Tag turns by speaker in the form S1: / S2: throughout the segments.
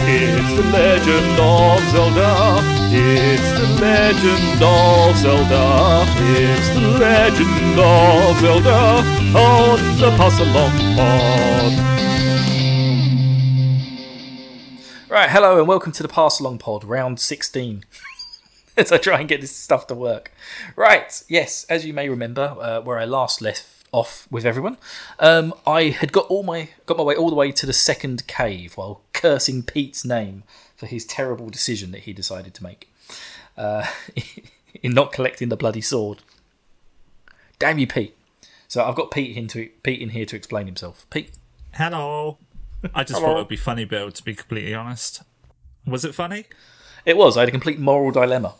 S1: the Legend of Zelda. It's the Legend of Zelda. It's the Legend of Zelda on the Pass Along Pod.
S2: Right, hello and welcome to the Pass Along Pod, round 16. as I try and get this stuff to work. Right, yes, as you may remember, uh, where I last left off with everyone, um, I had got all my got my way all the way to the second cave while cursing Pete's name for his terrible decision that he decided to make uh, in not collecting the bloody sword. Damn you, Pete! So I've got Pete into Pete in here to explain himself. Pete,
S3: Hello. I just thought it would be funny, Bill, to be completely honest. Was it funny?
S2: It was. I had a complete moral dilemma.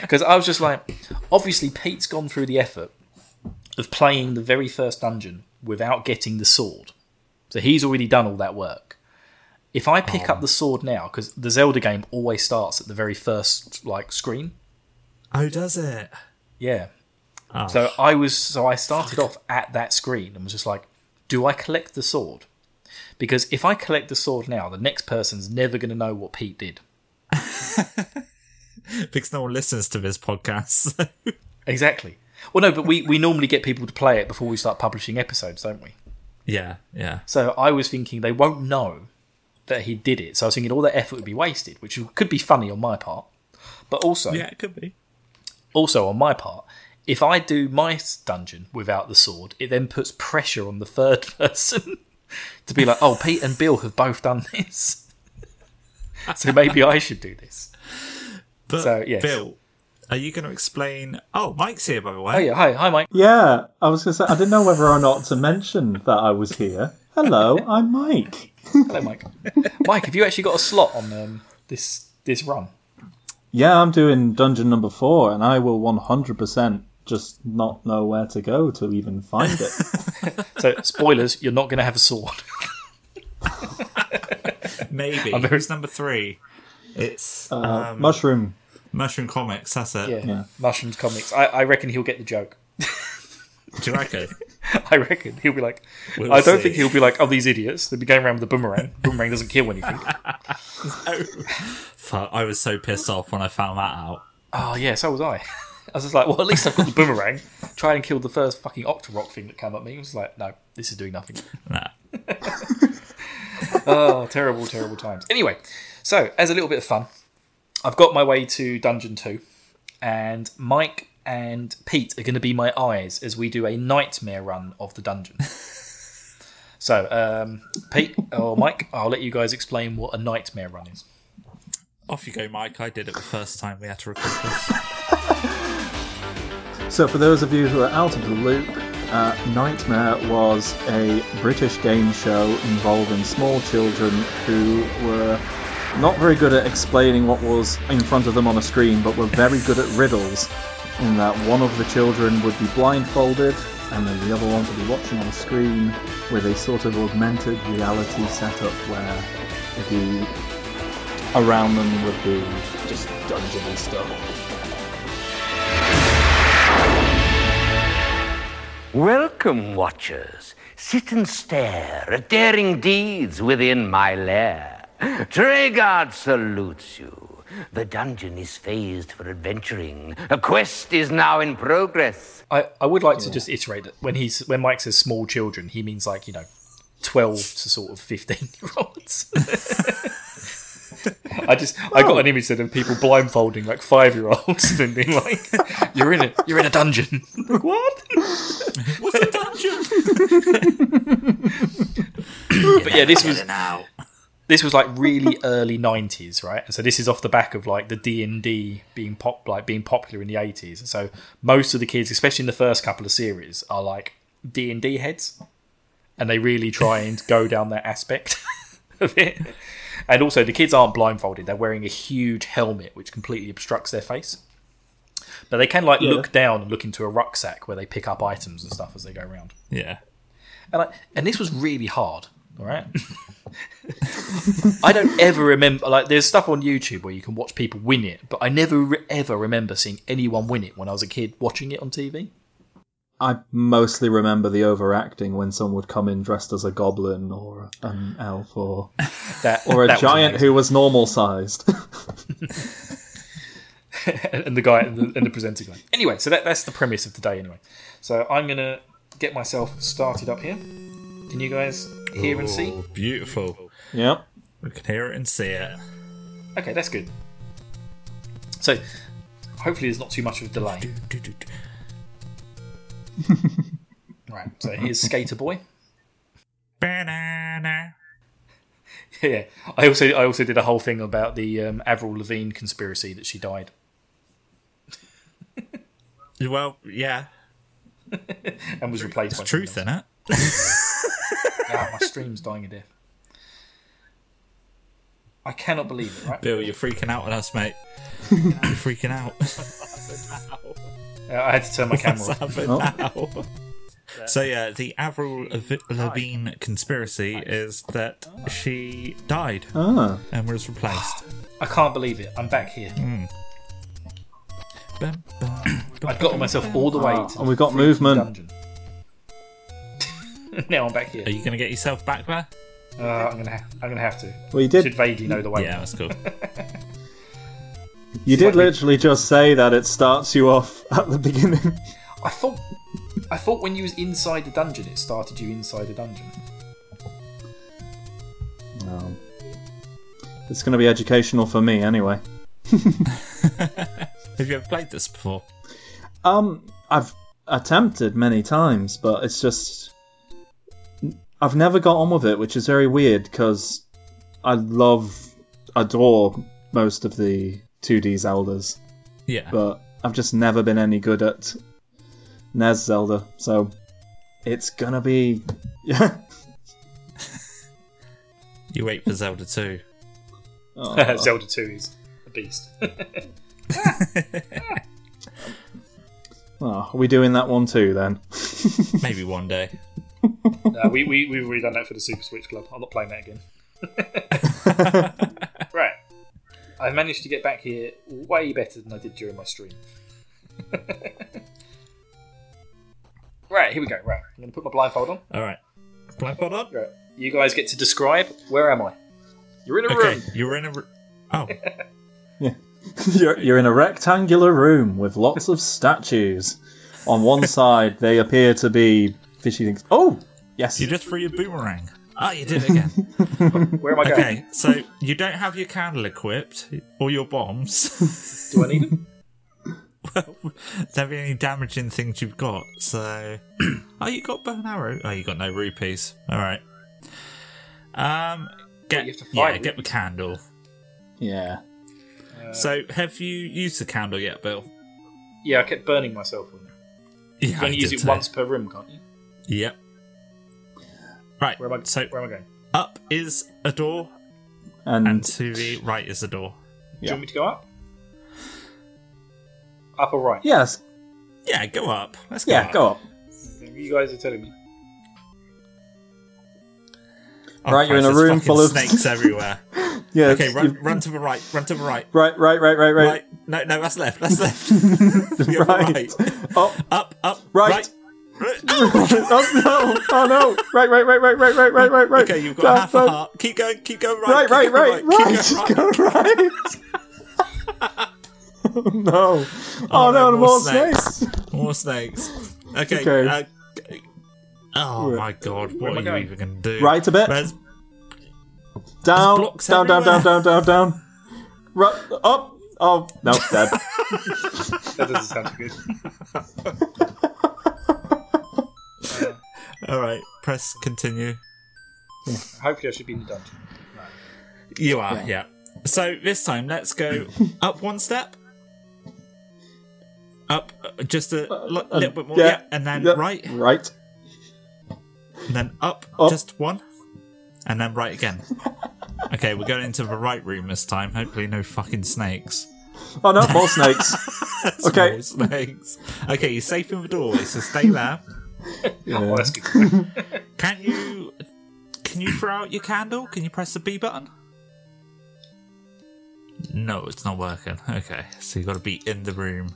S2: Because I was just like, obviously, Pete's gone through the effort of playing the very first dungeon without getting the sword. So he's already done all that work. If I pick up the sword now, because the Zelda game always starts at the very first like screen,
S3: Oh, does it?
S2: yeah. So I was so I started off at that screen and was just like, do I collect the sword? Because if I collect the sword now, the next person's never going to know what Pete did.
S3: Because no one listens to this podcast.
S2: Exactly. Well, no, but we, we normally get people to play it before we start publishing episodes, don't we?
S3: yeah, yeah.
S2: So I was thinking they won't know that he did it. So I was thinking all that effort would be wasted, which could be funny on my part, but also
S3: it could be.
S2: also on my part. If I do my dungeon without the sword, it then puts pressure on the third person to be like, "Oh, Pete and Bill have both done this, so maybe I should do this."
S3: But,
S2: So, yes.
S3: Bill, are you going to explain? Oh, Mike's here, by the way.
S2: Oh yeah, hi, hi, Mike.
S4: Yeah, I was going to say, I didn't know whether or not to mention that I was here. Hello, I'm Mike.
S2: Hello, Mike. Mike, have you actually got a slot on um, this this run?
S4: Yeah, I'm doing dungeon number four, and I will 100% just not know where to go to even find it.
S2: So, spoilers, you're not going to have a sword.
S3: Maybe.
S2: very-
S3: Who's number three? It's
S4: Uh,
S3: um,
S4: Mushroom.
S3: Mushroom Comics, that's it.
S2: Yeah.
S4: Yeah.
S2: Mushrooms comics. I, I reckon he'll get the joke.
S3: Do you reckon?
S2: I reckon he'll be like,
S3: We'll
S2: I don't
S3: see.
S2: think he'll be like, oh, these idiots. They'll be going around with a boomerang. boomerang doesn't kill anything.
S3: Fuck, I was so pissed off when I found that out.
S2: oh, yeah, so was I. I was just like, well, at least I've got the boomerang. Try and kill the first fucking Octorok thing that came at me. I was like, no, this is doing nothing.
S3: Nah.
S2: Oh, terrible, terrible times. Anyway, so as a little bit of fun, I've got my way to Dungeon 2, and Mike and Pete are going to be my eyes as we do a nightmare run of the dungeon. so, um, Pete or Mike, I'll let you guys explain what a nightmare run is.
S3: Off you go, Mike. I did it the first time we had to record this.
S4: So, for those of you who are out of the loop, uh, Nightmare was a British game show involving small children who were not very good at explaining what was in front of them on a screen, but were very good at riddles. In that one of the children would be blindfolded, and then the other one would be watching on a screen with a sort of augmented reality setup where the around them would be just dungeon and stuff.
S5: Welcome, watchers. Sit and stare at daring deeds within my lair. Tregard salutes you. The dungeon is phased for adventuring. A quest is now in progress.
S2: I, I would like to just iterate that when he's when Mike says small children, he means like you know, twelve to sort of fifteen year olds. I just I got an image then of people blindfolding like five year olds and being like, "You're in it. You're in a dungeon." like what?
S3: What's a dungeon?
S2: But yeah, this was
S3: Get it out.
S2: this was like really early nineties, right? And so this is off the back of like the D and D being pop like being popular in the eighties. So most of the kids, especially in the first couple of series, are like D and D heads, and they really try and go down that aspect of it. And also, the kids aren't blindfolded; they're wearing a huge helmet which completely obstructs their face. But they can like look down and look into a rucksack where they pick up items and stuff as they go around
S3: Yeah.
S2: and I, and this was really hard. All right, I don't ever remember. Like, there's stuff on YouTube where you can watch people win it, but I never re- ever remember seeing anyone win it when I was a kid watching it on TV.
S4: I mostly remember the overacting when someone would come in dressed as a goblin or an elf or
S2: That
S4: or a
S2: that was
S4: giant who was normal sized.
S2: amazing. and the guy and the, and the presenter guy. Anyway, so that, that's the premise of today. Anyway, so I'm gonna get myself started up here. Can you guys hear and see?
S3: Oh, beautiful.
S4: yep.
S3: We can hear it and see it.
S2: Okay, that's good. So hopefully there's not too much of a delay. Right. So here's Skater Boy.
S3: Banana.
S2: yeah. I also I also did a whole thing about the um, Avril Lavigne conspiracy that she died.
S3: Well, yeah,
S2: and was replaced by
S3: truth in it.
S2: Ah, my stream's dying a death. I cannot believe it, right?
S3: Bill, you're freaking out on us, mate. you're freaking out.
S2: Uh, I had to turn my camera
S3: What's
S2: off.
S3: happened now? So yeah, the Avril Lav- Lavigne conspiracy is that she died
S4: Ah.
S3: and was replaced.
S2: I can't believe it. I'm back here.
S3: Bum, bum.
S2: I got myself all the way to
S4: And
S2: the
S4: we've got
S2: freaking
S4: movement.
S2: dungeon. now I'm back here.
S3: Are you gonna get yourself back there?
S2: Uh, I'm gonna ha- I'm gonna have to.
S4: Well, you
S2: Should
S4: did.
S2: vaguely know the way.
S3: Yeah, that's cool.
S4: You did
S2: slightly-
S4: literally just say that it starts you off at the beginning.
S2: I thought I thought when you was inside the dungeon, it started you inside the dungeon.
S4: No. It's going to be educational for me anyway.
S3: Have you ever played this before?
S4: Um, I've attempted many times, but it's just I've never got on with it, which is very weird because I love, adore most of the 2D Zeldas,
S3: Yeah.
S4: but I've just never been any good at NES Zelda, so it's gonna be yeah.
S3: You wait for Zelda 2.
S4: Oh,
S2: Zelda 2 is a beast.
S4: oh, are we doing that one too then?
S3: Maybe one day.
S2: No, Uh, we, we, we've already done that for the Super Switch Club. I'm not playing that again. right. I managed to get back here way better than I did during my stream. right, here we go. Right. I'm going to put my blindfold on.
S3: All right. Blindfold on.
S2: Right. You guys get to describe where am I? You're in a
S3: Okay,
S2: room.
S3: you're in a. r- Oh,
S4: You're, you're in a rectangular room with lots of statues. On one side, they appear to be fishy things. Oh, yes.
S3: you just threw your boomerang. Oh, you did it again.
S2: Where am I going?
S3: Okay, so you don't have your candle equipped or your bombs.
S2: Do I need them?
S3: There'll be any damaging things you've got. So, oh, you got bow and arrow. Oh, you got no rupees. All right. Um, get
S2: you have to
S3: yeah,
S2: find Uh,
S3: get the candle.
S4: Yeah.
S3: so, have you used the candle yet, Bill?
S2: Yeah, I kept burning myself with it.
S3: Yeah,
S2: You can only
S3: I
S2: use
S3: did
S2: it
S3: too.
S2: once per room, can't you?
S3: Yep. Right.
S2: Where am I,
S3: so
S2: where am I going?
S3: up is a door,
S4: And,
S3: and to the right is a door.
S2: Do you
S4: Yeah.
S2: want me to go up? Up or right?
S4: yes,
S3: Yeah, go up. Let's go.
S4: yeah, go up.
S2: You guys are telling me.
S3: Oh,
S4: Right, you're in
S3: Christ,
S4: a
S3: there's
S4: room
S3: fucking
S4: full of-
S3: snakes everywhere.
S4: Yeah,
S3: Okay, run,
S4: you-
S3: run to the right. Run to the right.
S4: Right, right, right, right, right.
S3: Right. No, no, that's left. That's left. You're right.
S4: Oh,
S3: Up, up,
S4: Right.
S3: right. Ow!
S4: oh no, oh no. Right, right, right, right, right, right, right, right, right.
S3: okay, you've got
S4: Down,
S3: half a
S4: down.
S3: heart. Keep going, keep going
S4: Right,
S3: right.
S4: right,
S3: keep going
S4: right, right. Just
S3: keep going
S4: go right. Oh, no. Oh,
S3: no,
S4: no, more,
S3: more
S4: snakes.
S3: snakes. More snakes. Okay.
S4: Okay.
S3: Uh, oh
S4: Right.
S3: my god, what
S2: am
S3: are
S2: I
S3: you
S2: going?
S3: even going to do?
S4: Right a bit.
S3: Where's-
S4: Down,
S3: blocks
S4: down, down, down,
S3: everywhere.
S4: down, down, down. Right, up. Oh, no, dead.
S2: That doesn't sound good.
S3: All right, press continue.
S2: Hopefully, I should be in the dungeon.
S3: You are, yeah. So this time, let's go up one step. Up uh, just a li-
S4: uh,
S3: little bit more,
S4: yeah,
S3: yeah, and then
S4: Yep,
S3: right,
S4: Right.
S3: and then up,
S4: Up.
S3: just one, and then right again. okay, we're going into the right room this time. Hopefully, no fucking snakes.
S4: Oh, no, more snakes.
S3: That's
S4: Okay.
S3: more snakes. Okay, you're safe in the doorway, so stay there.
S2: Oh, that's good.
S3: Can you can you throw out your candle? Can you press the B button? No, it's not working. Okay, so you've got to be in the room.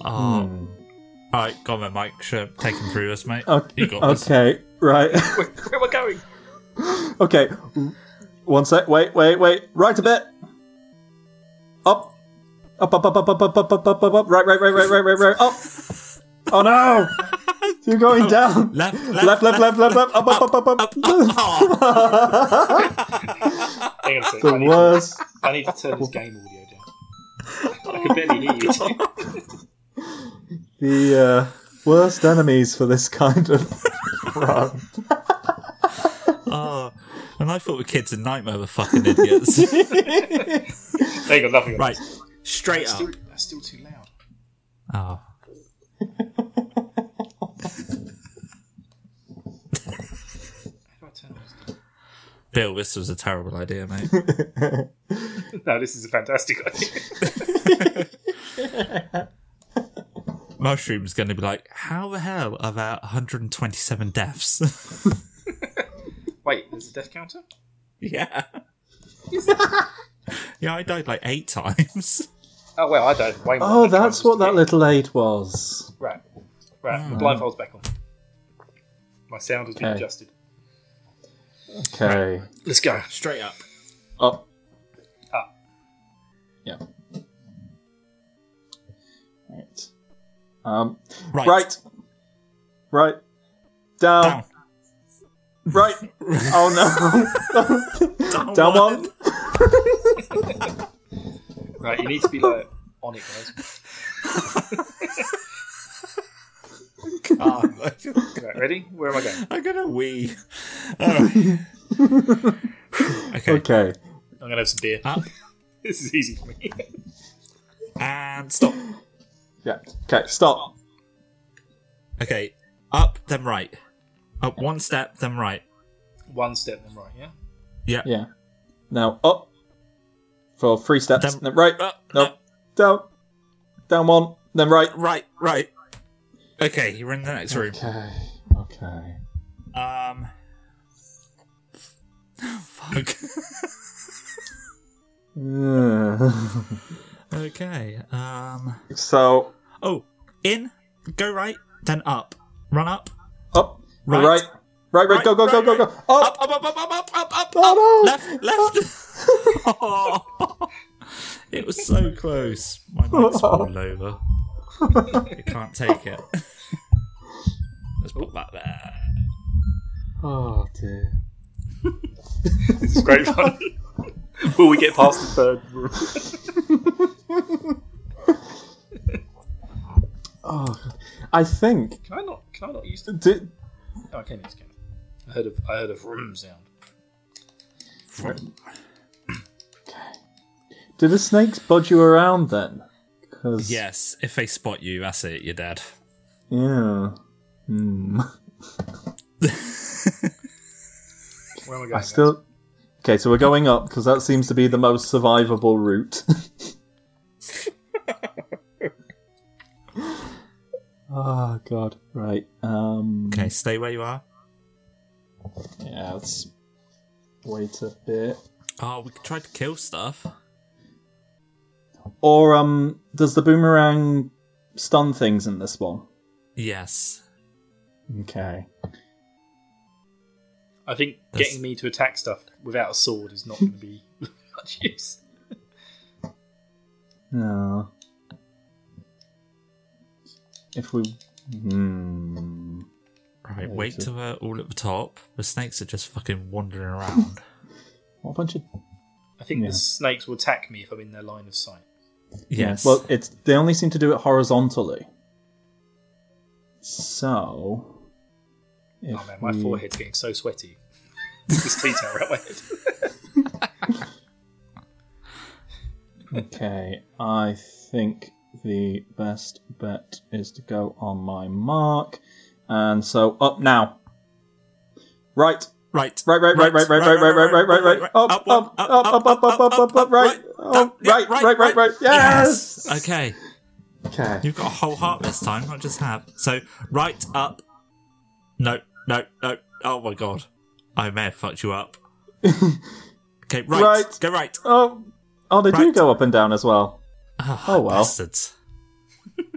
S3: Oh, All right, go on, then, Mike. Sure, take him through this, mate. You
S4: Okay,
S3: got this.
S4: okay right.
S2: Where, where am I going?
S4: okay. One sec. Wait, wait, wait. Right a bit. Up. Up, up, up, up, up, up, up, up, up, up, up. Right, right, right, right, right, right, right. Up. Oh no! You're going down.
S3: Left,
S4: Oh. Left, left, left, left, left. Up, up, up, up, up.
S3: Oh,
S2: Hang on a second. I
S4: The
S2: need,
S4: worst.
S2: I need to turn this game audio down. I can barely hear you.
S4: The uh, worst enemies for this kind of run.
S3: oh. And I thought the kids in Nightmare were fucking idiots.
S2: There you go, nothing.
S3: right, straight
S2: That's
S3: up.
S2: still, that's still too loud.
S3: Oh.
S2: How do I turn on this?
S3: Bill, this was a terrible idea, mate.
S2: No, this is a fantastic idea.
S3: Mushroom's going to be like, how the hell are there 127 deaths?
S2: Wait, there's a death counter?
S3: yeah. yeah, I died like eight times.
S2: Oh, well, I don't. Way more
S4: Oh,
S2: than
S4: that's
S2: counter
S4: what that
S2: to
S4: little aid was.
S2: get. Right. Right, the blindfold's back on. My sound has been
S4: Okay.
S2: adjusted.
S4: Okay.
S2: Let's go.
S3: Straight up.
S4: Up.
S2: Up.
S4: Yeah. Right. Um.
S3: Right.
S4: Right. Right. Down.
S3: Down.
S4: Right. Oh
S3: Down,
S4: no. Down
S3: one.
S4: one.
S2: Right, you need to be like on it, guys.
S3: Oh, my-
S2: Right, ready? Where am I going?
S3: I'm gonna wee. Alright. okay.
S4: Okay.
S2: I'm gonna have some beer.
S3: Up
S2: This is easy for me.
S3: and stop.
S4: Yeah. Okay. Stop.
S3: Okay. Up then right. Up one step then right.
S2: One step then right, yeah?
S4: Yeah. Now up for three steps.
S3: Down.
S4: Then right.
S3: Up.
S4: Nope.
S3: up,
S4: Down. Down one. Then right.
S3: Right. Right. Okay. You're in the next room.
S4: Okay. Okay.
S3: Um. Fuck.
S4: Yeah.
S3: okay. Um.
S4: so
S3: Oh. In. Go right. Then up. Run up.
S4: up.
S3: Right.
S4: Right. Right.
S3: Right,
S4: Right. go. Go. go.
S3: right,
S4: Go. Go.
S3: right.
S4: Up.
S3: Up. Up. Up. Up. Up. Up. Up. Up.
S4: Oh, no.
S3: Left, left. Oh. it was so close. My mic's fallen over. I can't take it. Let's put that there.
S4: Oh dear.
S2: This is great fun. Will we get past the third room?
S4: Oh, I think.
S2: Can I not can I not use the
S4: Did,
S2: Oh, I can use can. I heard of I heard of room sound.
S4: did the snakes budge you around then? 'Cause-
S3: Yes, if they spot you, that's it. You're dead.
S4: Yeah. Hmm.
S2: Where am I going?
S4: I still. Okay, so we're going up because that seems to be the most survivable route. oh god. Right. Um.
S3: Okay, stay where you are.
S4: Yeah. Let's wait a bit.
S3: Oh, we tried to kill stuff.
S4: Or um, does the boomerang stun things in this one?
S3: Yes.
S4: Okay.
S2: I think
S3: That's-
S2: getting me to attack stuff without a sword is not going to be much use.
S4: No. If we. Hmm.
S3: Right, wait
S4: so-
S3: till we're all at the top. The snakes are just fucking wandering around.
S4: What a bunch of.
S2: I think
S4: Yeah.
S2: the snakes will attack me if I'm in their line of sight.
S3: yes.
S4: Well, it's they only seem to do it horizontally. So. If
S2: Oh man, my
S4: we-
S2: forehead's getting so sweaty. this tea towel around my head.
S4: Okay, I think the best bet is to go on my mark. And so up now. Right.
S3: right.
S4: Right, right, right, right, right, right, right, right, right, right, right, right. Up, up, up, up, up, up, up, up, up, right.
S3: down,
S4: Up,
S3: yeah,
S4: right, right, right, right. Yes.
S3: Okay.
S4: Okay.
S3: You've got a whole heart this time, not just have. So, right up. No, no, no. Oh my god. I may have fucked you up. okay, right.
S4: Right.
S3: Go right.
S4: Oh, oh, they do
S3: Right.
S4: go up and down as well.
S3: Oh,
S4: Oh, well.
S3: Bastards.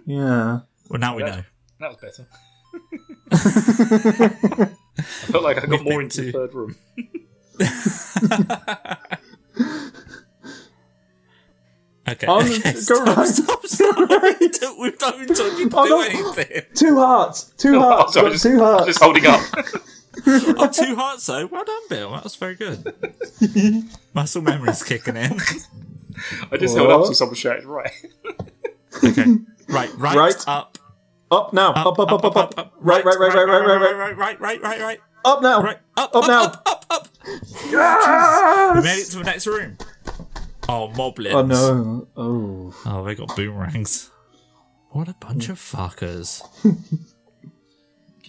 S4: Yeah.
S3: Well, now we
S2: Yeah.
S3: know.
S2: That was better. I felt like I got
S3: We've
S2: more
S3: been
S2: into the
S3: to-
S2: third room.
S3: Okay.
S4: Um,
S3: okay,
S4: go
S3: stop,
S4: right.
S3: stop, stop. we don't, we don't we don't need to
S4: Oh,
S3: do
S4: no.
S3: anything.
S4: Two hearts. Two
S2: Oh,
S4: hearts.
S2: sorry,
S4: got
S2: just,
S4: two hearts.
S2: just holding up.
S3: Oh, two hearts though. Well done, Bill. That was very good. Muscle memory's kicking in.
S2: I just held up
S4: What?
S2: till someone shouted, right.
S3: Okay. Right, right,
S4: Right.
S3: up,
S4: Up now. Up, up, up, up, up. Right, right, right, right, right, right, right.
S3: right, right, right, right, right,
S4: Up now.
S3: right, up,
S4: Up
S3: up,
S4: now.
S3: up, up, up. We made it to the next room. Oh, moblins.
S4: Oh no. Oh.
S3: Oh, they got boomerangs. What a bunch of fuckers.
S2: Can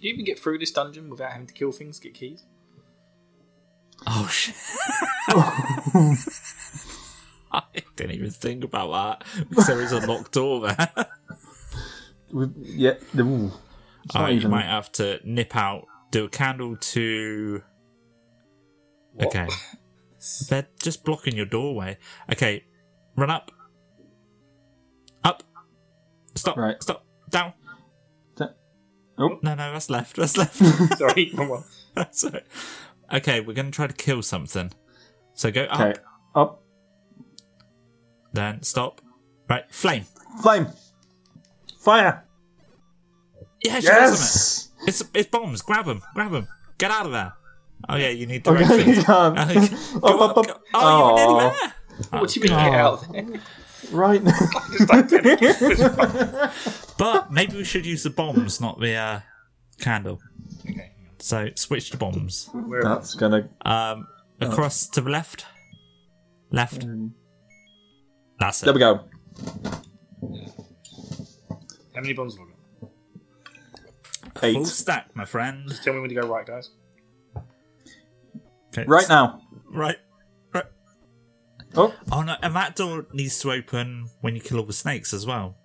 S2: you even get through this dungeon without having to kill things, get keys?
S3: Oh shit. I didn't even think about that because there is a locked door there.
S4: We, yeah. Ooh. It's
S3: Oh,
S4: not
S3: you
S4: even-
S3: might have to nip out, do a candle to.
S2: What?
S3: Okay. They're just blocking your doorway. Okay, run up. Up. Stop.
S4: Right.
S3: Stop. Down.
S4: Da- Oh. Nope.
S3: No, no, that's left. That's left.
S2: Sorry, wrong one.
S3: that's right. Okay, we're going to try to kill something. So go up,
S4: Okay. Up.
S3: then stop. Right, flame.
S4: Flame. Fire.
S3: Yeah, she has them.
S4: Yes.
S3: It's it's bombs. Grab them. Grab them. Get out of there. Oh yeah, you need
S4: Okay,
S3: directions.
S4: you can't.
S3: Okay.
S4: Up,
S3: Go
S4: up, up.
S3: go- Oh, you were nearly
S4: Aw.
S3: there.
S4: Oh,
S2: What do you mean, get out of there?
S4: Right now.
S2: Just like that.
S3: But maybe we should use the bombs, not the uh, candle.
S2: okay, hang
S3: So switch to bombs.
S2: on. Where am I?
S4: That's gonna.
S3: Um, across to the left. Left. That's it.
S4: There we go.
S2: How many bombs have I got?
S3: Full
S4: Eight.
S3: stack, my friend.
S2: Tell me when to go right, guys.
S3: Okay.
S4: Right now.
S3: Right. Right.
S4: Oh.
S3: Oh no, and that door needs to open when you kill all the snakes as well.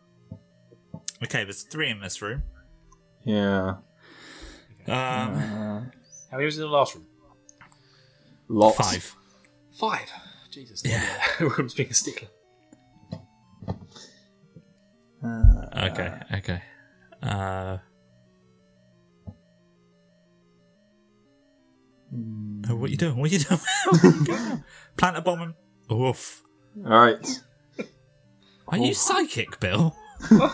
S3: Okay, there's three in this room.
S4: Yeah.
S3: Um,
S2: How many was in the last room?
S4: Lots.
S3: five.
S2: Five. Jesus.
S3: Yeah.
S2: Room's being a stickler.
S3: Okay, okay. Uh, oh, what you doing? What you doing? Plant a bomb. and- Oof.
S4: All right.
S3: Are you psychic, Bill?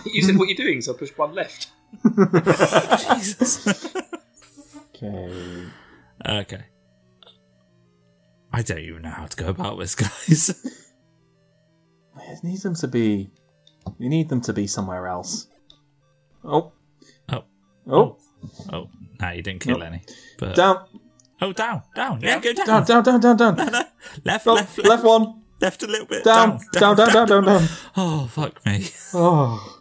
S2: you said what you're doing, so I pushed one left.
S3: Jesus.
S4: Okay.
S3: okay. I don't even know how to go about this, guys.
S4: It needs them to be. You need them to be somewhere else. Oh.
S3: Oh.
S4: Oh.
S3: Oh, no, you didn't kill any. But
S4: Down.
S3: oh, down, down. Yeah, go down.
S4: Down. Down. Down. Down. Down.
S3: Left,
S4: Oh,
S3: left, left,
S4: left
S3: left,
S4: one.
S3: a little bit.
S4: Down. Down. Down. Down. Down. Down.
S3: Oh, fuck me.
S4: Oh.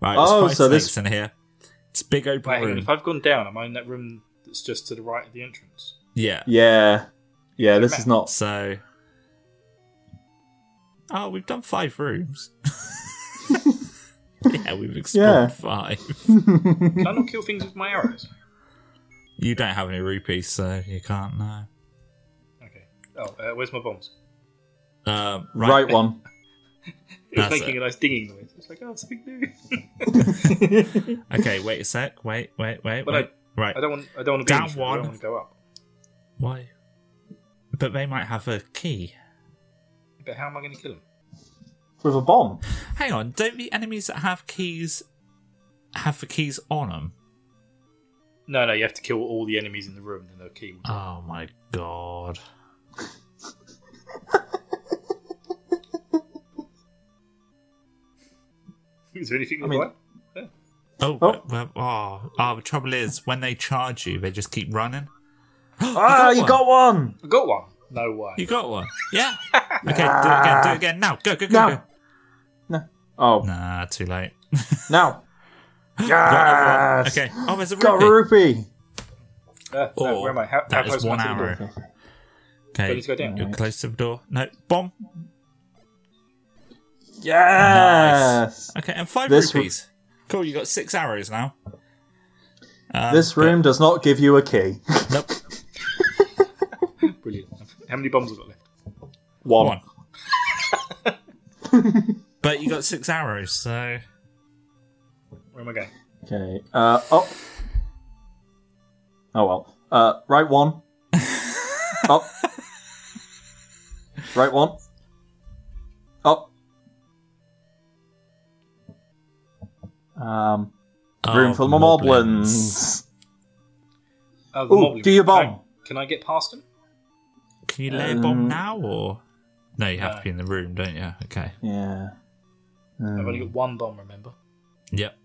S3: Right, there's
S4: Oh,
S3: five
S4: so this-
S3: snakes in here. It's a big open
S2: Wait, hang on.
S3: room.
S2: If I've gone down, am I in that room that's just to the right of the entrance?
S3: Yeah.
S4: Yeah. Yeah. This is not.
S3: So, oh, we've done five rooms. yeah, we've explored
S4: Yeah.
S3: five.
S2: Can I not kill things with my arrows?
S3: You don't have any rupees, so you can't know.
S2: Okay. Oh, uh, where's my bombs?
S3: Um,
S4: Right, one.
S2: It was
S3: That's
S2: making
S3: it.
S2: a nice dinging noise. It's like, oh, something new.
S3: Okay, wait a sec. Wait, wait, wait,
S2: But
S3: wait.
S2: I
S3: right.
S2: don't want. I don't want to go
S3: Down
S2: in this room, I
S3: one.
S2: don't want to go up.
S3: Why? But they might have a key.
S2: But how am I going to kill them?
S4: With a bomb.
S3: Hang on, don't the enemies that have keys have the keys on them?
S2: No, no. You have to kill all the enemies in the room, then they'll key. will-
S3: Oh my god.
S2: Is there anything?
S4: I mean-
S2: right?
S3: Oh,
S4: Oh.
S3: Well, oh, oh, the trouble is, when they charge you, they just keep running.
S4: Ah, you
S3: one.
S4: got one.
S2: I got one. No way.
S3: You got one. Yeah. Okay, do it again, do it again. Now, go, go, go,
S4: Now.
S3: go.
S4: Oh.
S3: Nah, too late.
S4: Now.
S3: Got
S4: Yes.
S3: another one. Okay. Oh, there's a
S4: Uh, Got a
S3: rupee.
S4: rupee.
S2: Uh, no,
S3: Or
S2: where am I? How, how
S3: Oh, That
S2: close
S3: is
S2: am I
S3: one
S2: to the door?
S3: arrow.
S2: I
S3: Okay,
S2: need to go down.
S3: you're close to the door. No, bomb.
S4: Yes.
S3: Okay, and five
S4: This
S3: rupees. Cool, you got six arrows now. Um,
S4: This room does not give you a key.
S3: but- Nope.
S2: Brilliant. How many bombs have I got left?
S4: One.
S3: One. but you got six arrows, so
S2: Where am I going?
S4: Okay. Uh, oh. Oh well. Uh, right one. up. Right one. Oh. Up. Um, room
S3: Oh,
S4: for the moblins.
S2: Oh,
S4: Ooh,
S2: Moblin.
S4: do your bomb.
S2: Can I, can I get past him?
S3: Can you lay a
S4: Um,
S3: bomb now or? No, you have to be in the room, don't you? Okay.
S4: Yeah.
S2: I've only got one bomb, remember?
S3: Yep.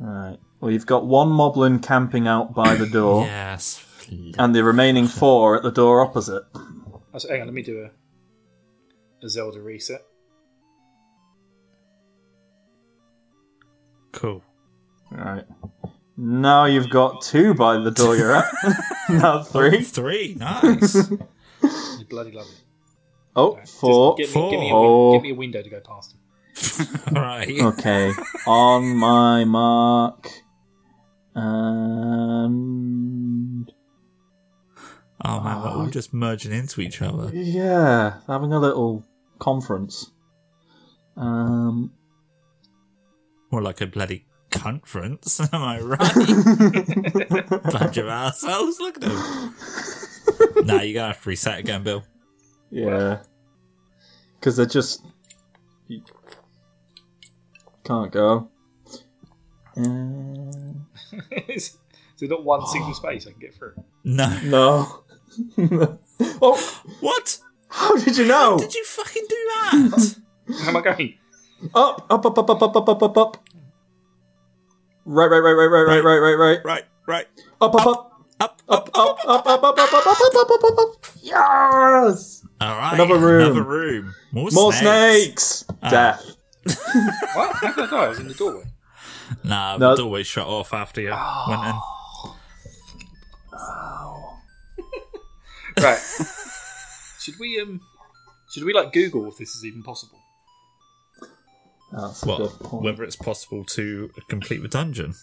S4: Right. Well, you've got one moblin camping out by the door,
S3: Yes.
S4: and the remaining four at the door opposite.
S2: I said, hang on, let me do a, a Zelda reset.
S3: Cool.
S4: Right. Now you've got two by the door you're at. now three.
S3: Three. Nice.
S2: You bloody love it.
S4: Oh, four.
S2: Just give, me, give, me a,
S4: Four.
S2: win- give me a window to go past him.
S3: All right.
S4: Okay. On my mark. And.
S3: Oh man, we're all just merging into each other.
S4: Yeah, having a little conference. Um.
S3: More like a bloody conference. Am I right? Bunch of assholes. Look at them. nah, you're gonna have to reset again, Bill.
S4: Yeah. Because they're just. you Can't go. Uh,
S2: Is there not one single space I can get through?
S3: No.
S4: no. oh,
S3: What?
S4: how did you know?
S3: Did you fucking do that?
S2: How am I going?
S4: Up, up, up, up, up, up, up, up, up, up. Right, right, right, right, right, right, right, right, right.
S3: right. Right.
S4: Up, up, up.
S3: Up.
S4: Up, up, up, up, up, up, up, up, up, up, up, up. Yes!
S3: All right.
S4: Another room.
S3: Another room. More,
S4: More
S3: snakes. Ah.
S4: snakes! Death.
S2: What? How did I die? I was in the doorway.
S3: Nah,
S4: No.
S3: the doorway shut off after you went in.
S2: Right. should we um? Should we like Google if this is even possible?
S4: That's a
S3: Well,
S4: good point.
S3: whether it's possible to complete the dungeon.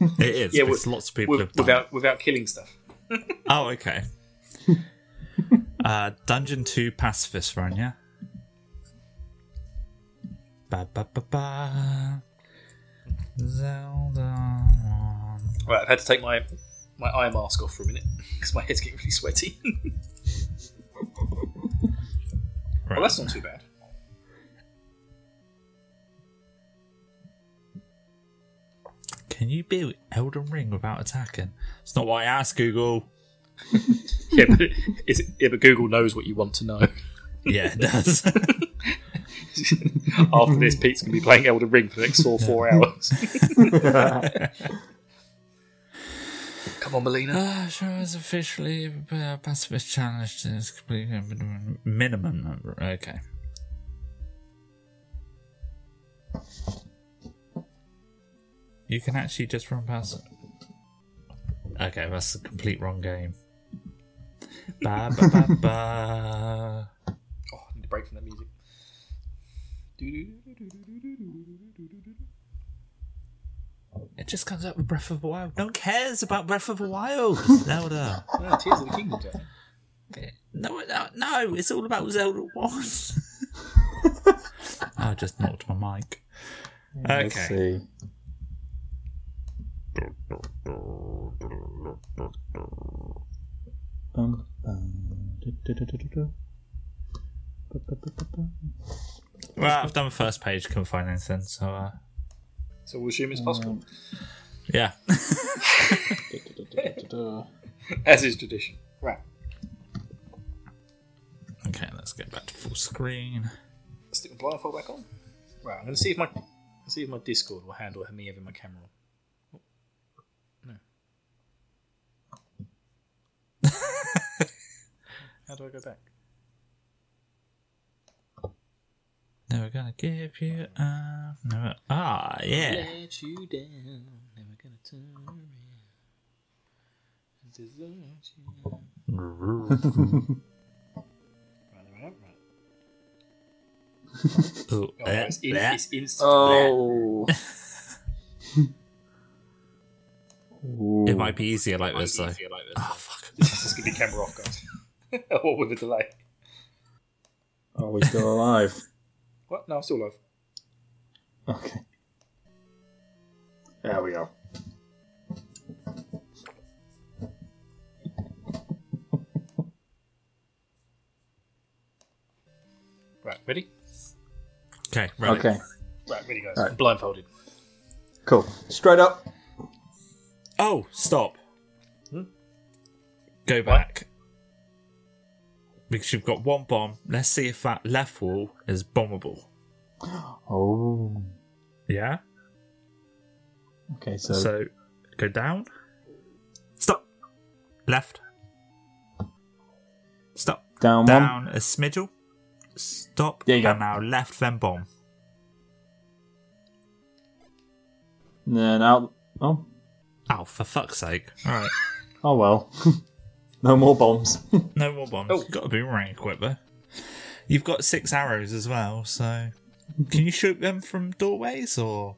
S3: It is.
S2: Yeah,
S3: yeah,
S2: with-
S3: lots of people
S2: With,
S3: have done
S2: without without killing stuff.
S3: it. Oh, okay. uh, dungeon two pacifist run, yeah. Ba ba ba ba. Zelda.
S2: Right. I've had to take my my eye mask off for a minute because my head's getting really sweaty.
S3: Right.
S2: well, that's not too bad.
S3: Can you build Elden Ring without attacking? It's not what I asked Google.
S2: Yeah, but is it, yeah, but Google knows what you want to know.
S3: Yeah, it does.
S2: After this, Pete's gonna be playing Elden Ring for the next four four hours. Come on, Melina.
S3: Uh, show is officially uh, pacifist challenge to its complete minimum number. Okay. You can actually just run past it. Okay, that's the complete wrong game. ba ba ba ba.
S2: Oh, I need a break from that music.
S3: It just comes out with Breath of the Wild. No one cares about Breath of the Wild. Zelda.
S2: Oh, Tears of the Kingdom. Jack.
S3: No, no, no, it's all about Zelda 1. I just knocked my mic.
S4: Let's
S3: Okay.
S4: see. Bum, bum, du- du- du- du- du- du. Bu- bu- bu- bu- bu.
S3: Well, I've done the first page, couldn't find anything, so uh,
S2: So we'll assume it's possible,
S3: yeah.
S4: Du- du- du- du- du- du.
S2: as is tradition. Right.
S3: okay, let's go back to full screen.
S2: Stick the blindfold back on. Right, I'm gonna see if my see if my Discord will handle me having my camera on. No. How do I go back?
S3: Now we're gonna give you uh, no, ah, yeah.
S2: Let you down, never gonna turn around. and desert you. Right, there we are, right.
S3: Ooh,
S2: Oh,
S3: eh,
S2: it's, in,
S3: eh.
S2: it's instant.
S4: Oh.
S3: It might be easier like this, though. Oh, fuck.
S2: This is gonna be camera off, guys. what with the delay?
S4: Are we still alive?
S2: What? No, I'm still alive.
S4: Okay. There we go.
S2: Right, ready?
S3: Okay, ready.
S4: Okay,
S2: Right, ready, guys.
S4: Right.
S2: Blindfolded.
S4: cool. Straight up.
S3: Oh, stop. Hmm? Go back. Because you've got one bomb. Let's see if that left wall is bombable.
S4: Oh.
S3: Yeah?
S4: Okay, so,
S3: So go down. Stop. Left. Stop.
S4: down, one.
S3: Down a smidgel. Stop.
S4: Um, There you go.
S3: And now left, then bomb.
S4: And then out. Oh,
S3: Oh, for fuck's sake. Alright.
S4: oh well. no more bombs.
S3: No more bombs.
S2: Oh.
S3: You've got a boomerang equipper. You've got six arrows as well, so can you shoot them from doorways or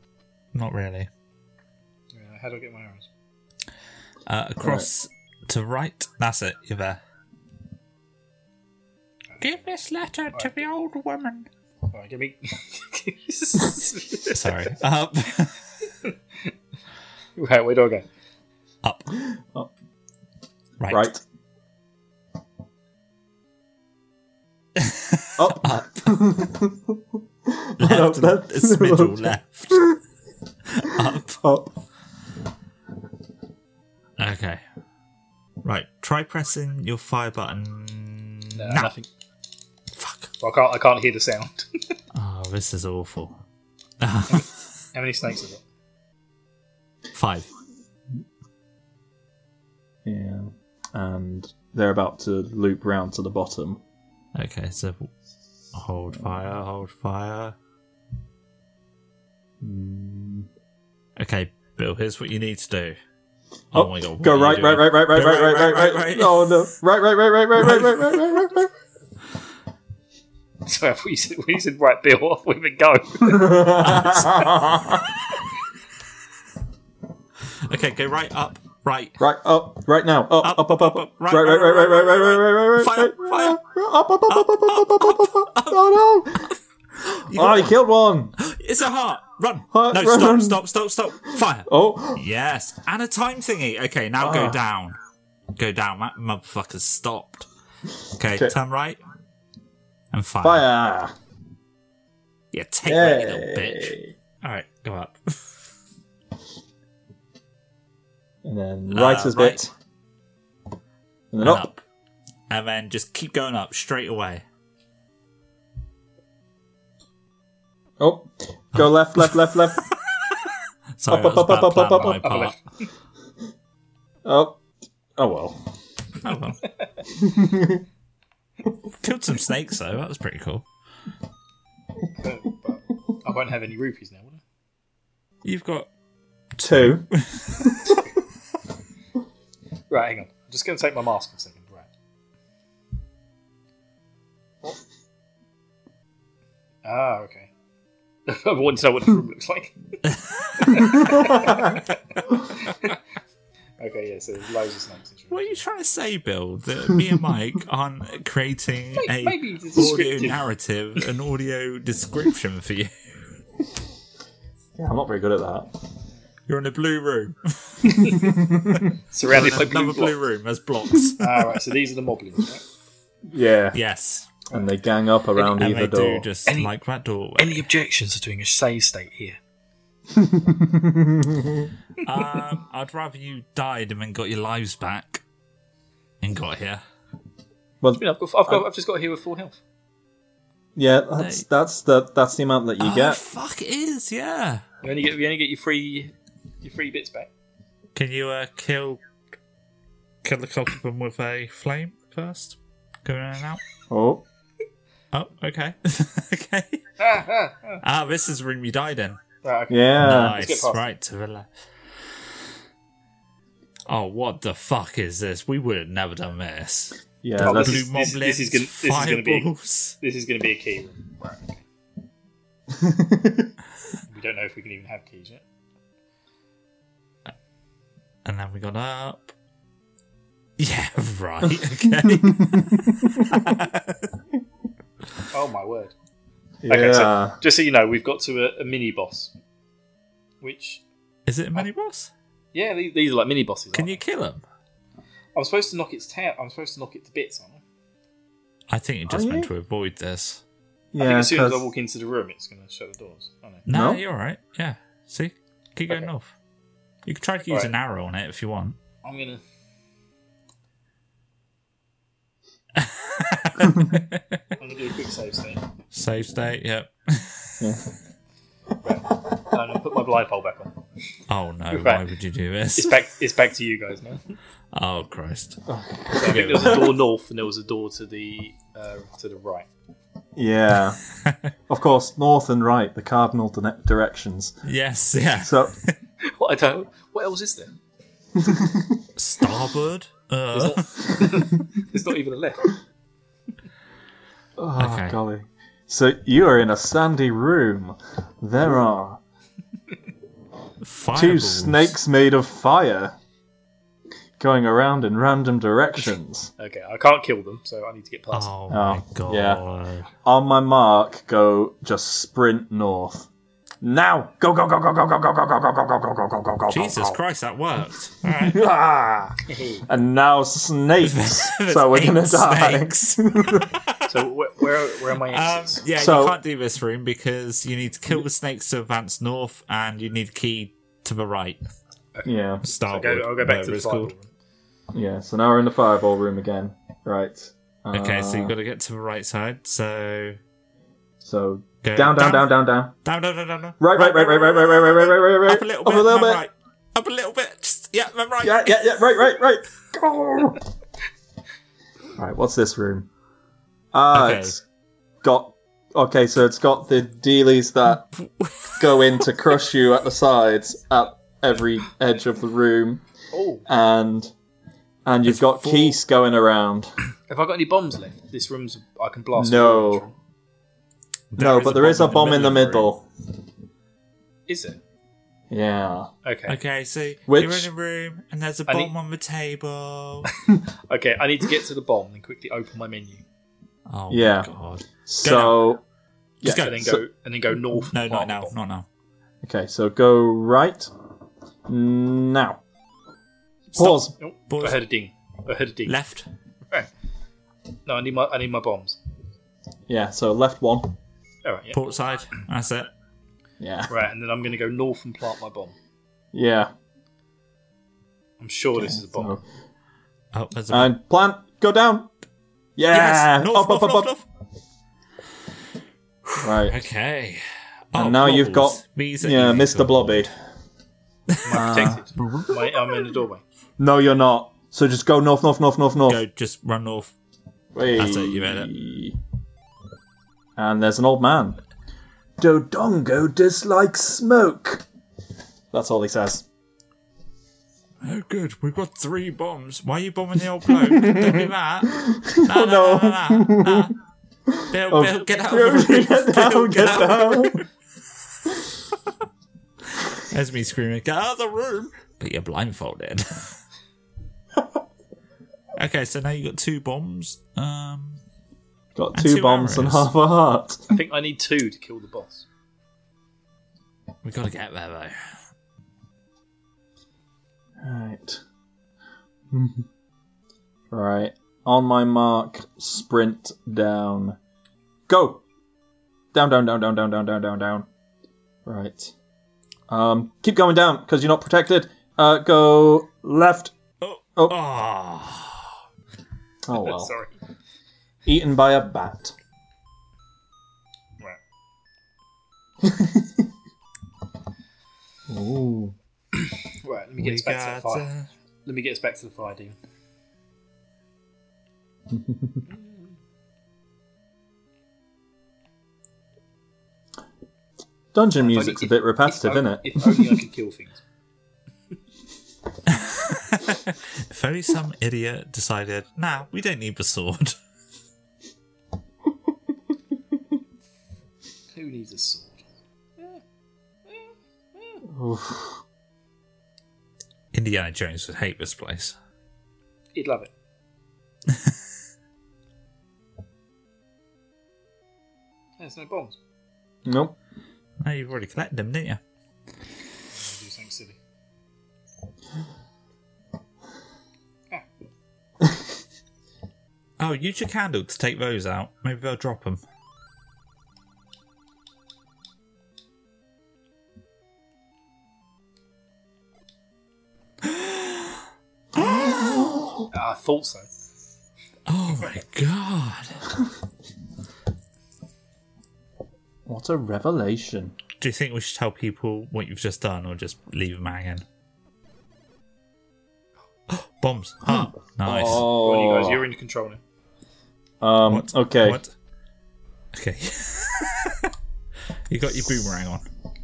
S3: not really?
S2: Yeah, how do I get my arrows?
S3: Uh, across to right. That's it. You're there. Give this letter to the old woman.
S2: All right, give me.
S3: Sorry. Up.
S2: right, where do I go?
S3: Up.
S4: Up.
S3: Right.
S4: right. Up.
S3: Up.
S4: Right
S3: Left.
S4: up,
S3: and
S4: left.
S3: it's middle left. Up.
S4: Up.
S3: Okay. Right. Try pressing your fire button.
S2: No,
S3: now.
S2: nothing.
S3: Fuck.
S2: Well, I can't. I can't hear the sound.
S3: Oh, this is awful.
S2: how many snakes have got?
S3: Five.
S4: Yeah. And they're about to loop round to the bottom.
S3: Okay, so hold fire, hold fire. Hmm.
S4: Mm.
S3: Okay, Bill, here's what you need to do.
S4: Oh,
S3: what
S4: Go
S3: are you
S4: right,
S3: doing?
S4: right, right, right, right,
S3: Go
S4: right, right, right, right, right. Oh no! Right, right, right, right, right, right, right, right, right, right, right.
S2: Sorry, I thought you said, when you said right, Bill. I thought we would go.
S3: Okay, go right up, right.
S4: Right up, right now, up, up, up, up, up, right, right, right, right, right, right, right, right, right,
S3: Fire,
S4: right,
S3: fire.
S4: up, up, up, up, up, up, up, up, up, up. Oh
S3: You
S4: no! I
S3: got one.
S4: killed one.
S3: It's a heart. Run.
S4: Heart,
S3: no,
S4: run.
S3: stop, stop, stop, stop. Fire.
S4: Oh,
S3: Yes, and a time thingy. Okay, now go
S4: Ah.
S3: down. Go down. That motherfucker's stopped. Okay,
S4: Okay.
S3: turn right. And fire.
S4: fire!
S3: Yeah, take that, you little bitch.
S4: Yay!
S3: Alright, go up.
S4: And then
S3: Uh,
S4: right as
S3: right.
S4: bit. And then
S3: and
S4: up.
S3: up. And then just keep going up straight away.
S4: Oh, go left, left, left, left.
S3: Sorry,
S4: Up,
S3: that was
S4: up, up,
S3: bad
S4: up,
S3: plan
S4: up, up,
S3: on my
S4: up,
S3: part.
S4: Oh, oh well.
S3: Oh well. Oh, Killed some snakes though. That was pretty cool.
S2: But I won't have any rupees now, will I?
S3: You've got
S4: Two.
S2: Right, hang on. I'm just going to take my mask for a second. Right. Ah, okay. I want to know what the room looks like. okay, yeah, so there's loads of snakes. in this room.
S3: what are you trying to say, Bill? That me and Mike aren't creating a
S2: Maybe it's
S3: audio
S2: descriptive.
S3: narrative, an audio description for you.
S4: Yeah, I'm not very good at that.
S3: You're in a blue room.
S2: Surrounded by blue
S3: Another blue
S2: blocks.
S3: room. There's blocks.
S2: Ah, right, so these are the moblins, right?
S4: Yeah.
S3: yes.
S4: And they gang up around
S3: And
S4: either
S3: they
S4: door.
S3: do just
S2: Any-
S3: like that doorway.
S2: Any objections to doing a save state here?
S3: um, I'd rather you died and then got your lives back and got here.
S4: Well,
S2: I mean, I've, got, I've, got, I've just got here with full health.
S4: yeah, that's that's the that's the amount that you
S3: Oh,
S4: get.
S3: fuck it is, yeah.
S2: You only get, you only get your free your free bits back.
S3: Can you uh, kill kill the cockatoo with a flame first? Go in and out.
S4: Oh,
S3: Oh, okay, okay.
S2: Ah, ah, ah.
S3: Ah, this is the room you died in.
S2: Right, okay.
S4: yeah.
S2: Let's get
S3: nice,
S2: past it.
S3: right to the left. Oh, what the fuck is this? We would have never done this.
S4: Yeah,
S2: Oh,
S4: that's,
S2: this
S3: Blue
S2: is- this-
S3: moblins,
S2: this is gonna- this is gonna be-
S3: fireballs.
S2: This is going to be a key room. Right, okay. we don't know if we can even have keys yet.
S3: And then we got up. Yeah, right. Okay.
S2: Oh my word!
S4: yeah.
S2: Okay, so just so you know, we've got to a, a mini boss, which
S3: Is it a mini boss?
S2: Yeah, these, these are like mini bosses.
S3: Can
S2: aren't
S3: you kill him?
S2: they? I'm supposed to knock its tail. I'm supposed to knock it to bits. Aren't I?
S3: I think you're just
S4: Are
S3: meant
S4: you?
S3: to avoid this.
S2: I think
S4: Yeah,
S2: as soon as I
S4: 'cause-
S2: walk into the room, it's going to shut the doors. I know.
S3: No,
S4: No?
S3: you're alright. Yeah. See? Keep going
S2: Okay.
S3: north. You could try to use
S2: Alright.
S3: an arrow on it if you want.
S2: I'm going to. I'm going to do a quick save state. And
S3: Save state, yep.
S2: I'm going to put my blindfold back on.
S3: Oh no,
S2: Right.
S3: why would you do
S2: It's
S3: this?
S2: back. It's back to you guys now.
S3: Oh Christ.
S2: I think there was a door north, and there was a door to the uh, to the right.
S4: Yeah. of course, north and right, the cardinal di- directions.
S3: Yes, yeah.
S4: So,
S2: What I don't. What else is there?
S3: Starboard? Uh,
S2: There's not even a left.
S4: oh,
S3: Okay.
S4: golly. So you are in a sandy room. There are two
S3: fireballs.
S4: snakes made of fire going around in random directions.
S2: Okay, I can't kill them, so I need to get past.
S3: Oh my god.
S4: Oh, yeah. On my mark, go just sprint north. Now, go go go go go go go go go go go go go go go go go.
S3: Jesus
S2: Oh,
S3: Christ, that worked. Alright.
S4: Ah! And now snakes.
S3: There's
S4: so we're gonna
S3: eight
S4: die.
S3: snakes.
S2: them. So where where, where are my
S3: Um,
S2: exits?
S3: yeah,
S4: So-
S3: you can't do this room because you need to kill the snakes to advance north, and you need key to the right.
S4: Yeah,
S2: I'll
S3: Starboard.
S2: go, I'll go back to
S3: whatever
S2: the
S3: it's
S2: fireball
S3: called.
S2: room.
S4: yeah. So now we're in the fireball room again. Right.
S3: Okay, so
S4: Uh,
S3: you've got to get to the right side. So
S4: So
S3: go
S4: down, down, down, down, down.
S3: down, down, down, down, down.
S4: Right, right, right, right, right, right, right, right, right, right, right, right.
S3: Up a little bit, then right. Up a little bit. Just, yeah, then right.
S4: Yeah, yeah, yeah. Right, right, right. Go. All right. What's this room? Uh,
S3: Okay.
S4: it's got. Okay, so it's got the dealies that go in to crush you at the sides, at every edge of the room,
S2: Oh,
S4: and and you've
S3: There's
S4: got
S3: four-
S4: keys going around.
S2: have I got any bombs left? This room's I can blast.
S4: No.
S2: through.
S4: no, but there is a bomb in the
S3: of
S4: middle.
S2: Is it?
S4: Yeah.
S2: Okay.
S3: room. Okay, so
S4: Which-
S3: you're in a room, and there's a
S2: I
S3: bomb
S2: need-
S3: on the table.
S2: Okay. I need to get to the bomb and quickly open my menu.
S3: Oh
S4: Yeah.
S3: my god.
S4: So.
S3: Just
S4: yeah,
S3: go.
S2: And then
S4: so-
S2: go and then go north.
S3: No,
S2: and
S3: not
S2: plant the
S3: now.
S2: bomb.
S3: Not now.
S4: Okay, so go right now. Pause.
S2: Nope.
S3: Balls-
S2: I heard a ding. I heard a ding.
S3: Left.
S2: No, I need my I need my bombs.
S4: Yeah, so left one.
S2: All right. Yeah.
S3: Port side. That's it.
S4: Yeah.
S2: Right, and then I'm going to go north and plant my bomb.
S4: Yeah.
S2: I'm sure this is a bomb.
S4: So-
S3: Oh, there's a
S4: and plant, go down. Yeah.
S3: Yes. North,
S4: up,
S3: north,
S4: up, up,
S3: north,
S4: up.
S3: north.
S4: Right.
S3: Okay.
S4: And now you've got-
S3: These are
S4: Yeah,
S3: easy to
S4: Mr. Blobby.
S2: Am I protected? Am I- I'm in the doorway.
S4: No, you're not. So just go north, north, north, north, north.
S3: Go, just run north.
S4: Wait.
S3: That's it, you had
S4: And there's an old man. Dodongo dislikes smoke. That's all he says.
S3: Oh, good. We've got three bombs. Why are you bombing the old bloke? Don't do that. No,
S4: no.
S3: no, no,
S4: Oh.
S3: no, no. Bill, Bill, get out of the room.
S4: get down, get down.
S3: There's me screaming, get out of the room. But you're blindfolded. okay, so now you've got two bombs. Um,
S4: Got
S3: And
S4: two,
S3: two
S4: bombs and
S3: arrows.
S4: half a heart.
S2: I think I need two to kill the boss.
S3: We've got to get there, though.
S4: Right. right. On my mark, sprint down. Go! Down, down, down, down, down, down, down, down, down. Right. Um, keep going down, because you're not protected. Uh, go left.
S3: Oh.
S4: Oh.
S3: oh.
S4: Oh well.
S2: Sorry.
S4: Eaten by a bat.
S2: Right.
S4: Ooh.
S2: Right, let me
S3: Oh,
S2: get us back to the fire.
S3: uh,
S2: Let me get us back to the fire, dude.
S4: Dungeon music's a bit repetitive,
S2: if,
S4: isn't it?
S2: If only I could kill things.
S3: If only some idiot decided, nah, we don't need the sword.
S2: Who needs a sword?
S4: Oof.
S3: Indiana Jones would hate this place.
S2: He'd love it. There's no bombs.
S4: Nope.
S3: No, you've already collected them, didn't you?
S2: Do something silly.
S3: Oh, use your candle to take those out. Maybe they'll drop them.
S2: Ah, I thought so.
S3: Oh my god!
S4: What a revelation.
S3: Do you think we should tell people what you've just done, or just leave them hanging? Bombs! Huh. Nice.
S2: Go on, you
S4: Oh.
S2: guys, you're in control now.
S4: Um,
S3: What?
S4: okay.
S3: What? Okay. you got your boomerang on.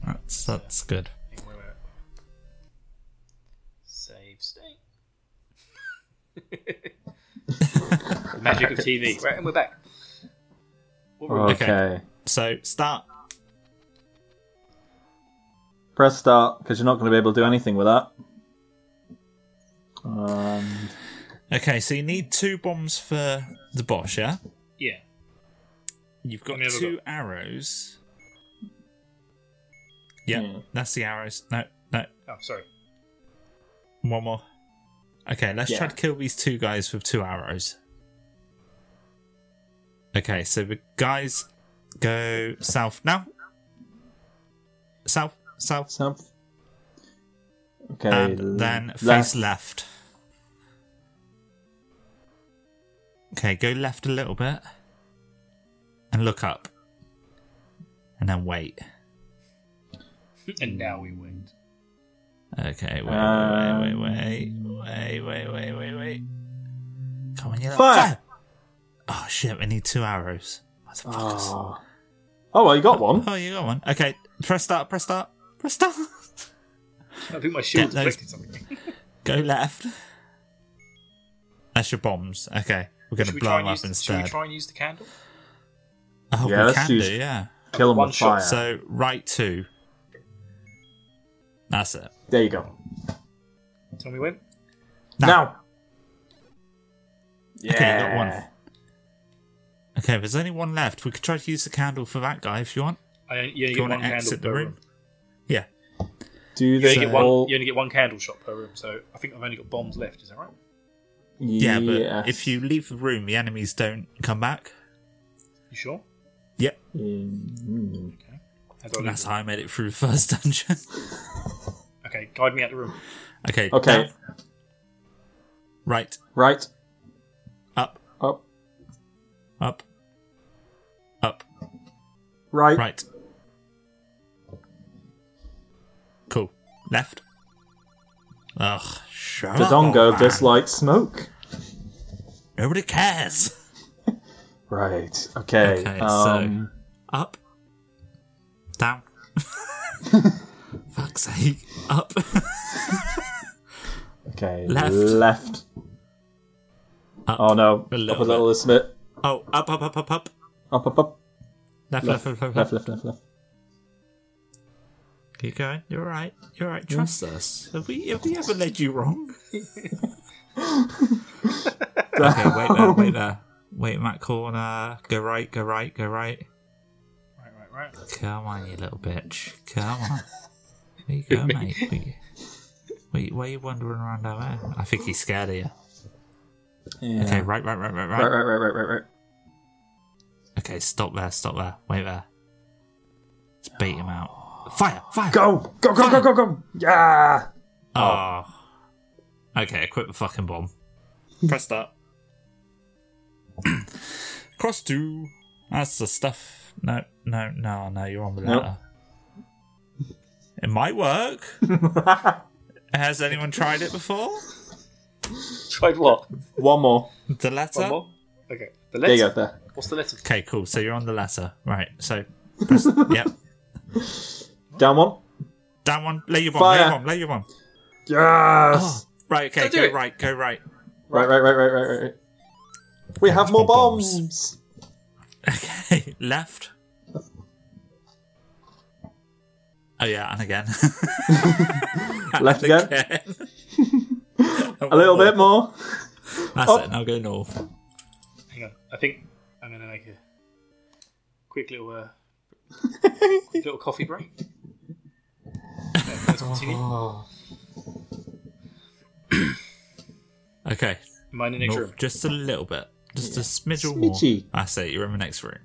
S3: That's that's good.
S2: Wait, wait, wait. Save state. the magic of TV. Right, and we're back. What were we-
S4: Okay.
S3: So start.
S4: Press start because you're not going to be able to do anything with that. Um,
S3: Okay, so you need two bombs for the boss, yeah?
S2: Yeah.
S3: You've got
S2: Let me have a
S3: two
S2: look.
S3: arrows. Yeah,
S4: Hmm.
S3: that's the arrows. No, no,
S2: Oh, sorry.
S3: one more. Okay, let's
S4: Yeah.
S3: try to kill these two guys with two arrows. Okay, so the guys go south now. South, south,
S4: some- Okay.
S3: and then
S4: left.
S3: face left. Okay, go left a little bit and look up, and then wait. Hmm.
S2: And now we win.
S3: Okay, wait,
S4: Um,
S3: wait, wait, wait, wait, wait, wait, wait, wait. Come on, you little
S4: Fire!
S3: fire! Oh shit, we need two arrows. What the fuck is-
S4: Oh. oh, well, you got one.
S3: Oh, you got one. Okay, press start, press start, press start.
S2: I think my shield's
S3: those-
S2: affected something.
S3: go left. That's your bombs. Okay, we're gonna
S2: Should we,
S3: blow
S2: try
S3: them
S2: and
S3: up
S2: use, should we
S3: instead.
S2: try and use the candle?
S3: Oh,
S4: Yeah,
S3: we
S4: let's
S3: can
S4: use-
S3: do, yeah.
S4: Kill them
S2: One
S4: with
S2: shot,
S4: fire.
S3: So right two. That's it.
S4: There you go.
S2: Tell me when.
S3: Now.
S4: Now. Yeah.
S3: Okay, you got one. Okay, there's only one left. We could try to use the candle for that guy if you want.
S2: I, you only
S3: If you
S2: get
S3: want
S2: one
S3: to
S2: candle
S3: exit the
S2: per room.
S3: room. Yeah.
S4: Do
S2: You only,
S4: they
S2: get
S4: all?
S2: one, you only get one candle shot per room, so I think I've only got bombs left, is that right?
S3: Yeah, but
S4: Yes.
S3: if you leave the room, the enemies don't come back.
S2: You sure?
S3: Yep,
S4: Mm,
S2: How do I leave
S3: that's
S2: them?
S3: how I made it through the first dungeon.
S2: Okay, guide me out the room.
S3: okay.
S4: Okay.
S3: down, right.
S4: Right.
S3: Up.
S4: Up.
S3: Up. Up.
S4: Right.
S3: Right. Cool. Left. Ugh. Shut up,
S4: Dodongo
S3: man.
S4: dislikes smoke.
S3: Nobody cares.
S4: Right. Okay.
S3: Okay, so-
S4: um,
S3: Up. Down. Fuck's sake. Up.
S4: Okay.
S3: Left.
S4: Left.
S3: Up.
S4: Oh no.
S3: A
S4: up
S3: little
S4: a little bit.
S3: Oh, up, up, up, up, up.
S4: Up, up, up.
S3: Left, left, left, left, left.
S4: Left, left, left, left.
S3: Keep going. You're right. You're right. Trust us. Have we, have we ever led you wrong? okay, wait there, wait there. Wait in that corner. Go right, go right, go right.
S2: Right, right, right.
S3: Come on, you little bitch. Come on. Where you go, mate? Where you, where you, why you wandering around over there? I think he's scared of you.
S4: Yeah.
S3: Okay, right, right, right, right, right.
S4: Right, right, right, right, right, right.
S3: Okay, stop there, stop there. Wait there. Let's bait him
S2: Oh.
S3: out. Fire, fire!
S4: Go, go, go, go, go, go. Yeah.
S3: Oh.
S2: Oh.
S3: Okay, equip the fucking bomb. Press start. Cross two. That's the stuff. No, no, no, no, you're on the
S4: Nope.
S3: letter. It might work. Has anyone tried it before?
S2: Tried what?
S4: One more.
S3: The letter?
S2: One more? Okay. The
S4: There
S2: letter?
S4: you go. There.
S2: What's the letter?
S3: Okay, cool. So you're on the letter. Right, so. Press, yep.
S4: Down one.
S3: Down one. Lay your bomb, lay
S4: Fire.
S3: your bomb, lay your bomb.
S4: Yes.
S3: Oh, right, okay,
S2: Don't do
S3: go
S2: it.
S3: right, go right.
S4: Right, right, right, right, right, right, right. We have more
S3: more
S4: bombs.
S3: bombs. Okay, left. Oh yeah, and again.
S4: Left
S3: And
S4: again. A little bit more.
S3: That's
S4: Oh.
S3: it. Now go north.
S2: Hang on. I think I'm going to make a quick little uh, quick little coffee break. Uh, let's continue. Am
S3: Okay,
S2: I in the next room?
S3: north just a little bit. Just a smidge more.
S4: Smidgy.
S3: That's it. You're in the next room.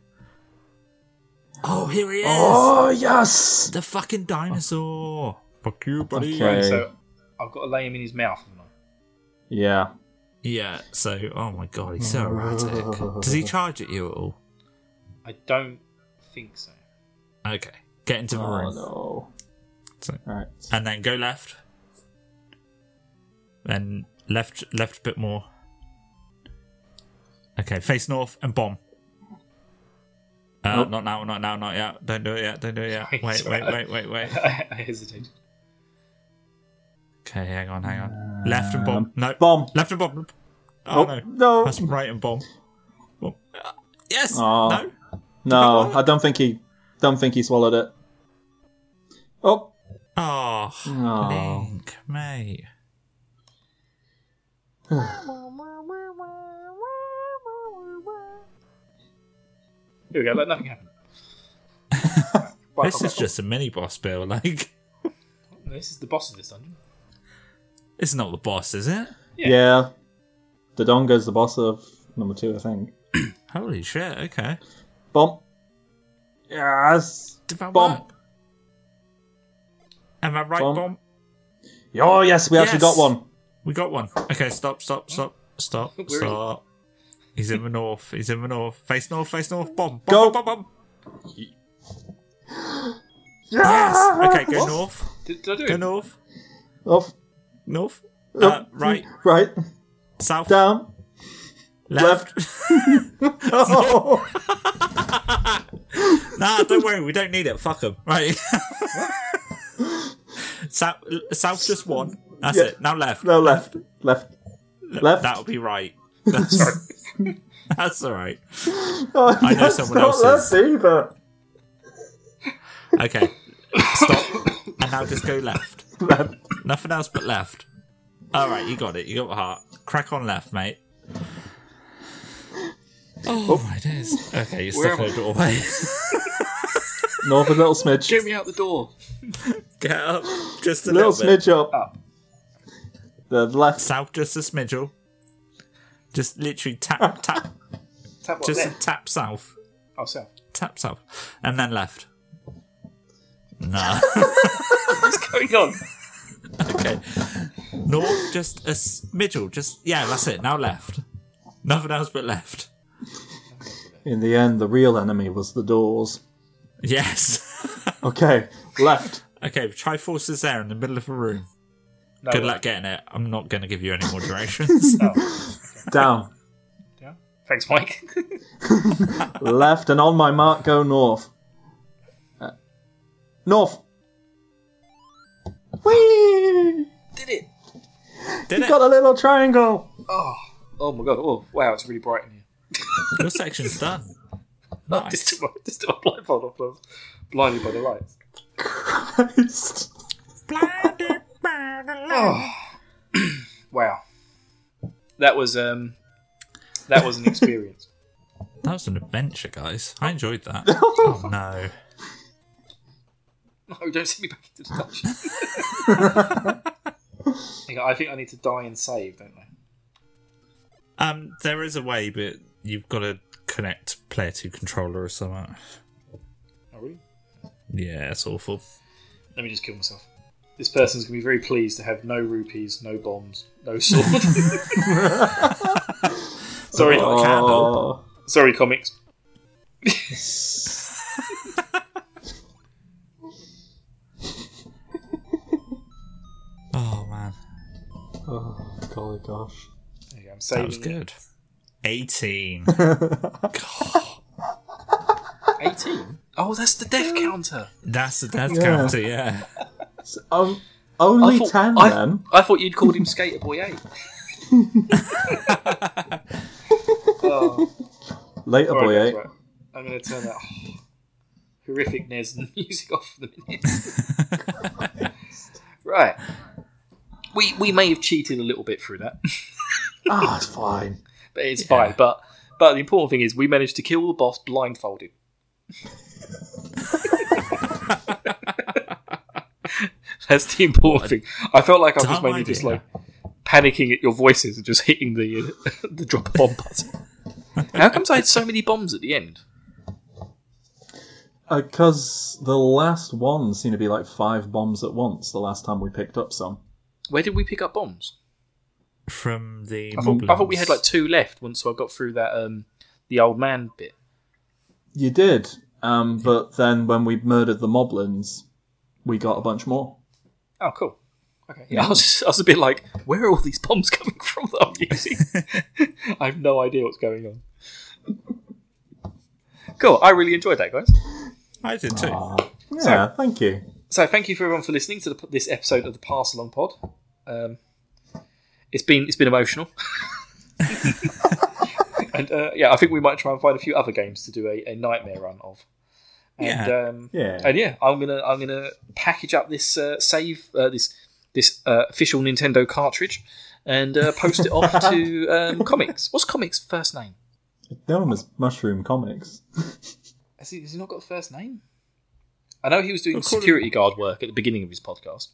S3: Oh, here he is.
S4: Oh yes.
S3: The fucking dinosaur. Fuck you, buddy.
S4: Okay.
S2: So I've got to lay him in his mouth. haven't I?
S4: Yeah.
S3: Yeah. So, oh my god, he's so erratic. Does he charge at you at all?
S2: I don't think so.
S3: Okay. Get into the
S4: Oh
S3: room
S4: no.
S3: So-
S4: Alright.
S3: and then go left. Then left, left a bit more. Okay, face north and bomb. Uh,
S4: Nope.
S3: Not now, not now, not yet. Don't do it yet. Don't do it yet.
S2: Sorry,
S3: Wait,
S2: sorry.
S3: wait, wait, wait, wait.
S2: I hesitated.
S3: Okay, hang on, hang on. Left and bomb. No.
S4: Uh, bomb.
S3: Left and bomb. Oh,
S4: Nope.
S3: no.
S4: No.
S3: That's right and bomb. Bomb. Uh, Yes.
S4: Aw.
S3: No.
S4: No, I don't think he don't think he swallowed it. Oh,
S3: Oh,
S4: No.
S3: Link, mate.
S2: Here we go. Like nothing happened. Right,
S3: This
S2: I've
S3: is
S2: got-
S3: just a mini boss bill. Like,
S2: this is the boss of this dungeon.
S3: it's not the boss, is it?
S2: Yeah.
S4: yeah. The Dongo's the boss of number two, I think.
S3: Holy shit. Okay.
S4: Bomb. Yes.
S3: Did that
S4: Bomb.
S3: work? Am I right, bomb.
S4: Bomb. Oh yes, we actually
S3: Yes.
S4: got one.
S3: We got one. Okay, stop, stop, stop, stop,
S2: Where is he?
S3: stop. He's in the north. He's in the north. Face north. Face north. Bomb. bomb
S4: Go.
S3: Bomb. Bomb. bomb.
S4: Yes.
S3: Yes. Okay. Go north.
S2: Did, did I do
S3: Go
S2: it?
S3: north.
S4: Up,
S3: North. Uh,
S4: up,
S3: right.
S4: right,
S3: South.
S4: down.
S3: left.
S4: Oh.
S3: nah, don't worry. We don't need it. Fuck them. Right. south. South just one. That's
S4: Yeah.
S3: it. Now left.
S4: no, left, left, left.
S3: That'll be right. That's, that's all right.
S4: Oh,
S3: I know
S4: that's
S3: someone
S4: not
S3: else's.
S4: left either.
S3: Okay. Stop. and now just go left.
S4: Left.
S3: Nothing else but left. All right, you got it. You got the heart. Crack on left, mate. Oh, my days. Okay, you're
S2: Where
S3: stuck
S2: am
S3: in the doorway.
S4: North a little smidge.
S2: Get me out the door.
S3: Get up just a
S4: little
S3: little, bit. Oh.
S4: smidge up.
S2: Up.
S4: The left.
S3: South just a smidgel. Just literally tap, tap,
S2: Tap what?
S3: just
S2: left.
S3: tap south.
S2: Oh, south.
S3: Tap south. And then left. Nah.
S2: What's going on?
S3: okay. North just a smidgel. Just, yeah, that's it. Now left. Nothing else but left.
S4: In the end, the real enemy was the doors.
S3: Yes.
S4: Okay, left.
S3: okay, Triforce is there in the middle of a room.
S2: No,
S3: Good luck getting it. I'm not going to give you any more directions.
S2: Oh,
S4: down,
S2: yeah. Thanks, Mike.
S4: left, and on my mark, go north. Uh, north. Whee!
S2: Did it?
S3: Did it?
S4: Got a little triangle.
S2: Oh, oh my god. Oh, wow. It's really bright in here.
S3: Your section's done.
S2: Just
S3: Nice.
S2: took my, just took my blindfold off. I was blinded by the lights.
S4: Christ.
S3: Blinded by the light.
S2: Wow. That was um, that was an experience.
S3: That was an adventure, guys. I enjoyed that. oh no.
S2: no, don't send me back into the dungeon. Hang on, I think I need to die and save, don't I?
S3: Um, there is a way, but you've got to connect player two controller or something.
S2: Oh, really?
S3: Yeah, it's awful.
S2: Let me just kill myself. This person's gonna be very pleased to have no rupees, no bombs, no sword. sorry,
S3: Oh. Candle.
S2: sorry, comics.
S3: Oh man,
S4: Oh, golly gosh.
S2: There you go, I'm
S3: that
S2: saving.
S3: was good. Eighteen.
S2: Eighteen. Oh, that's the death counter.
S3: That's the death
S4: Yeah.
S3: counter. Yeah.
S4: Um, only
S2: thought-
S4: ten
S2: I-
S4: then.
S2: I thought you'd called him Skater Boy Eight. oh,
S4: Later,
S2: all
S4: boy.
S2: right,
S4: eh?
S2: guys, right. I'm gonna turn that horrific Nes music off for the minute. right. We we may have cheated a little bit through that.
S4: Ah, it's fine.
S2: But it's fine. But but the important thing is we managed to kill the boss blindfolded. That's the important thing. I felt like I was just
S3: dumb
S2: mainly just
S3: idea.
S2: like panicking at your voices and just hitting the the drop bomb button. How comes I had so many bombs at the end?
S4: Because Uh, the last one seemed to be like five bombs at once the last time we picked up some.
S2: Where did we pick up bombs?
S3: From the
S2: I thought, I thought we had like
S3: Moblins.
S2: two left once I got through that um the old man bit.
S4: You did, um, but then when we murdered the moblins, we got a bunch more.
S2: Oh, cool. Okay. Yeah, I was just, I was a bit like, where are all these bombs coming from that I'm using? I have no idea what's going on. Cool. I really enjoyed that, guys.
S3: I did too.
S2: Ah,
S4: Yeah,
S2: So-
S4: thank you.
S2: So thank you for everyone for listening to the, this episode of the Pass Along Pod. Um, it's been it's been emotional, and uh, yeah, I think we might try and find a few other games to do a, a nightmare run of. And
S3: Yeah.
S2: um,
S4: Yeah.
S2: and yeah, I'm gonna I'm gonna package up this uh, save uh, this this uh, official Nintendo cartridge and uh, post it off to um, comics. What's comics' first name?
S4: Known as Mushroom Comics.
S2: Has he, has he not got a first name? I know he was doing
S3: According-
S2: security guard work at the beginning of his podcast.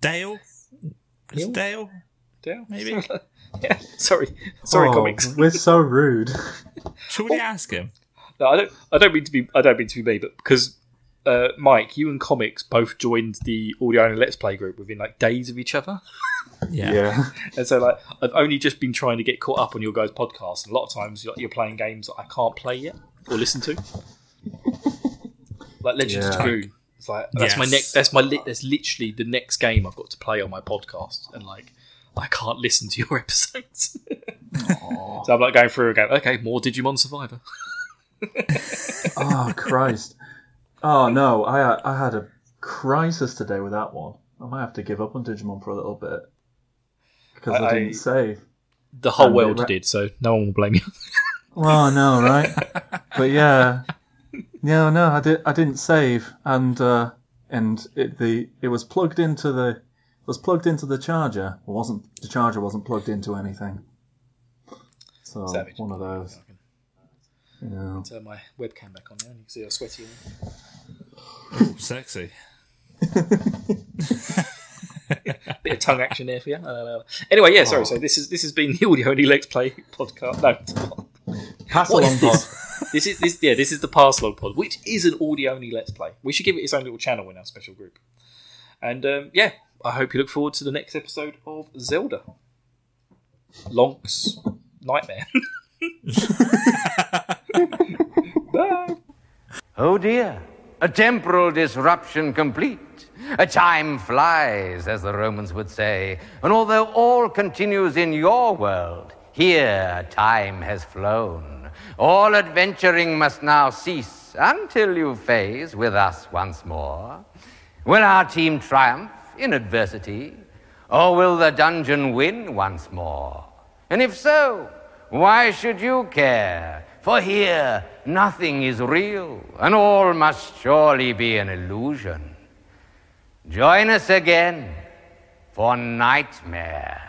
S3: Dale? Is Dale?
S2: Dale?
S3: Maybe?
S2: yeah. Sorry, sorry,
S4: Oh,
S2: comics.
S4: We're so rude.
S3: Should we ask him?
S2: No, I don't. I don't mean to be. I don't mean to be me, but because uh, Mike, you and comics both joined the audio and let's play group within like days of each other,
S3: Yeah.
S4: yeah.
S2: and so like I've only just been trying to get caught up on your guys' podcast. And a lot of times you're, you're playing games that I can't play yet or listen to, like Legends of
S4: Yeah.
S2: Dragoon. It's like that's my
S3: Yes.
S2: next. That's my. Li- that's literally the next game I've got to play on my podcast, and like I can't listen to your episodes. so I'm like going through again. Okay, more Digimon Survivor.
S4: Oh Christ. Oh no, I I had a crisis today with that one. I might have to give up on Digimon for a little bit because I,
S2: I-
S4: didn't save.
S2: The whole
S4: And they
S2: world
S4: ra-
S2: did, so no one will blame you.
S4: Well, no, right? but yeah, no, no, I did. I didn't save, and uh, and it, the it was plugged into the it was plugged into the charger. It wasn't the charger wasn't plugged into anything. So
S2: Savage.
S4: one of those. Yeah.
S2: Turn my webcam back on now, and you can see how sweaty. I am.
S3: Ooh, sexy.
S2: Bit of tongue action there for you. Uh, anyway, yeah,
S4: Oh.
S2: sorry. So this is this has been the audio only legs play podcast. No,
S4: Pass
S2: What
S4: along,
S2: is this?
S4: Bob.
S2: this is this yeah this is the pass log pod, which is an audio only let's play. We should give it its own little channel in our special group. And um, yeah, I hope you look forward to the next episode of Zelda. Lonk's nightmare. Bye.
S5: Oh dear, a temporal disruption complete. A time flies, as the Romans would say, and although all continues in your world, here time has flown. All adventuring must now cease until you phase with us once more. Will our team triumph in adversity, or will the dungeon win once more? And if so, why should you care? For here, nothing is real, and all must surely be an illusion. Join us again for Nightmare.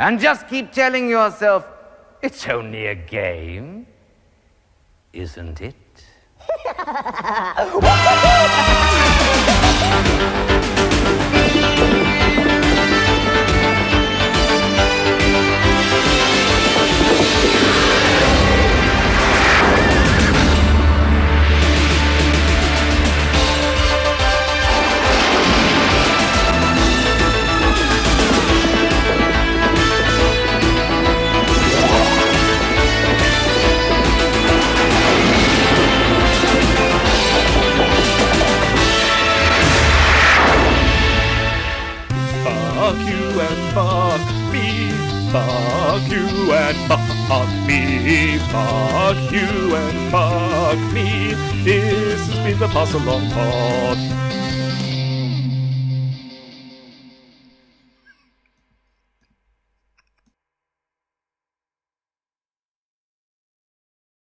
S5: And just keep telling yourself, it's only a game, isn't it?
S1: Fuck you and fuck me. Fuck you and fuck me. Fuck you and fuck me. This has been the Pass Along Pod.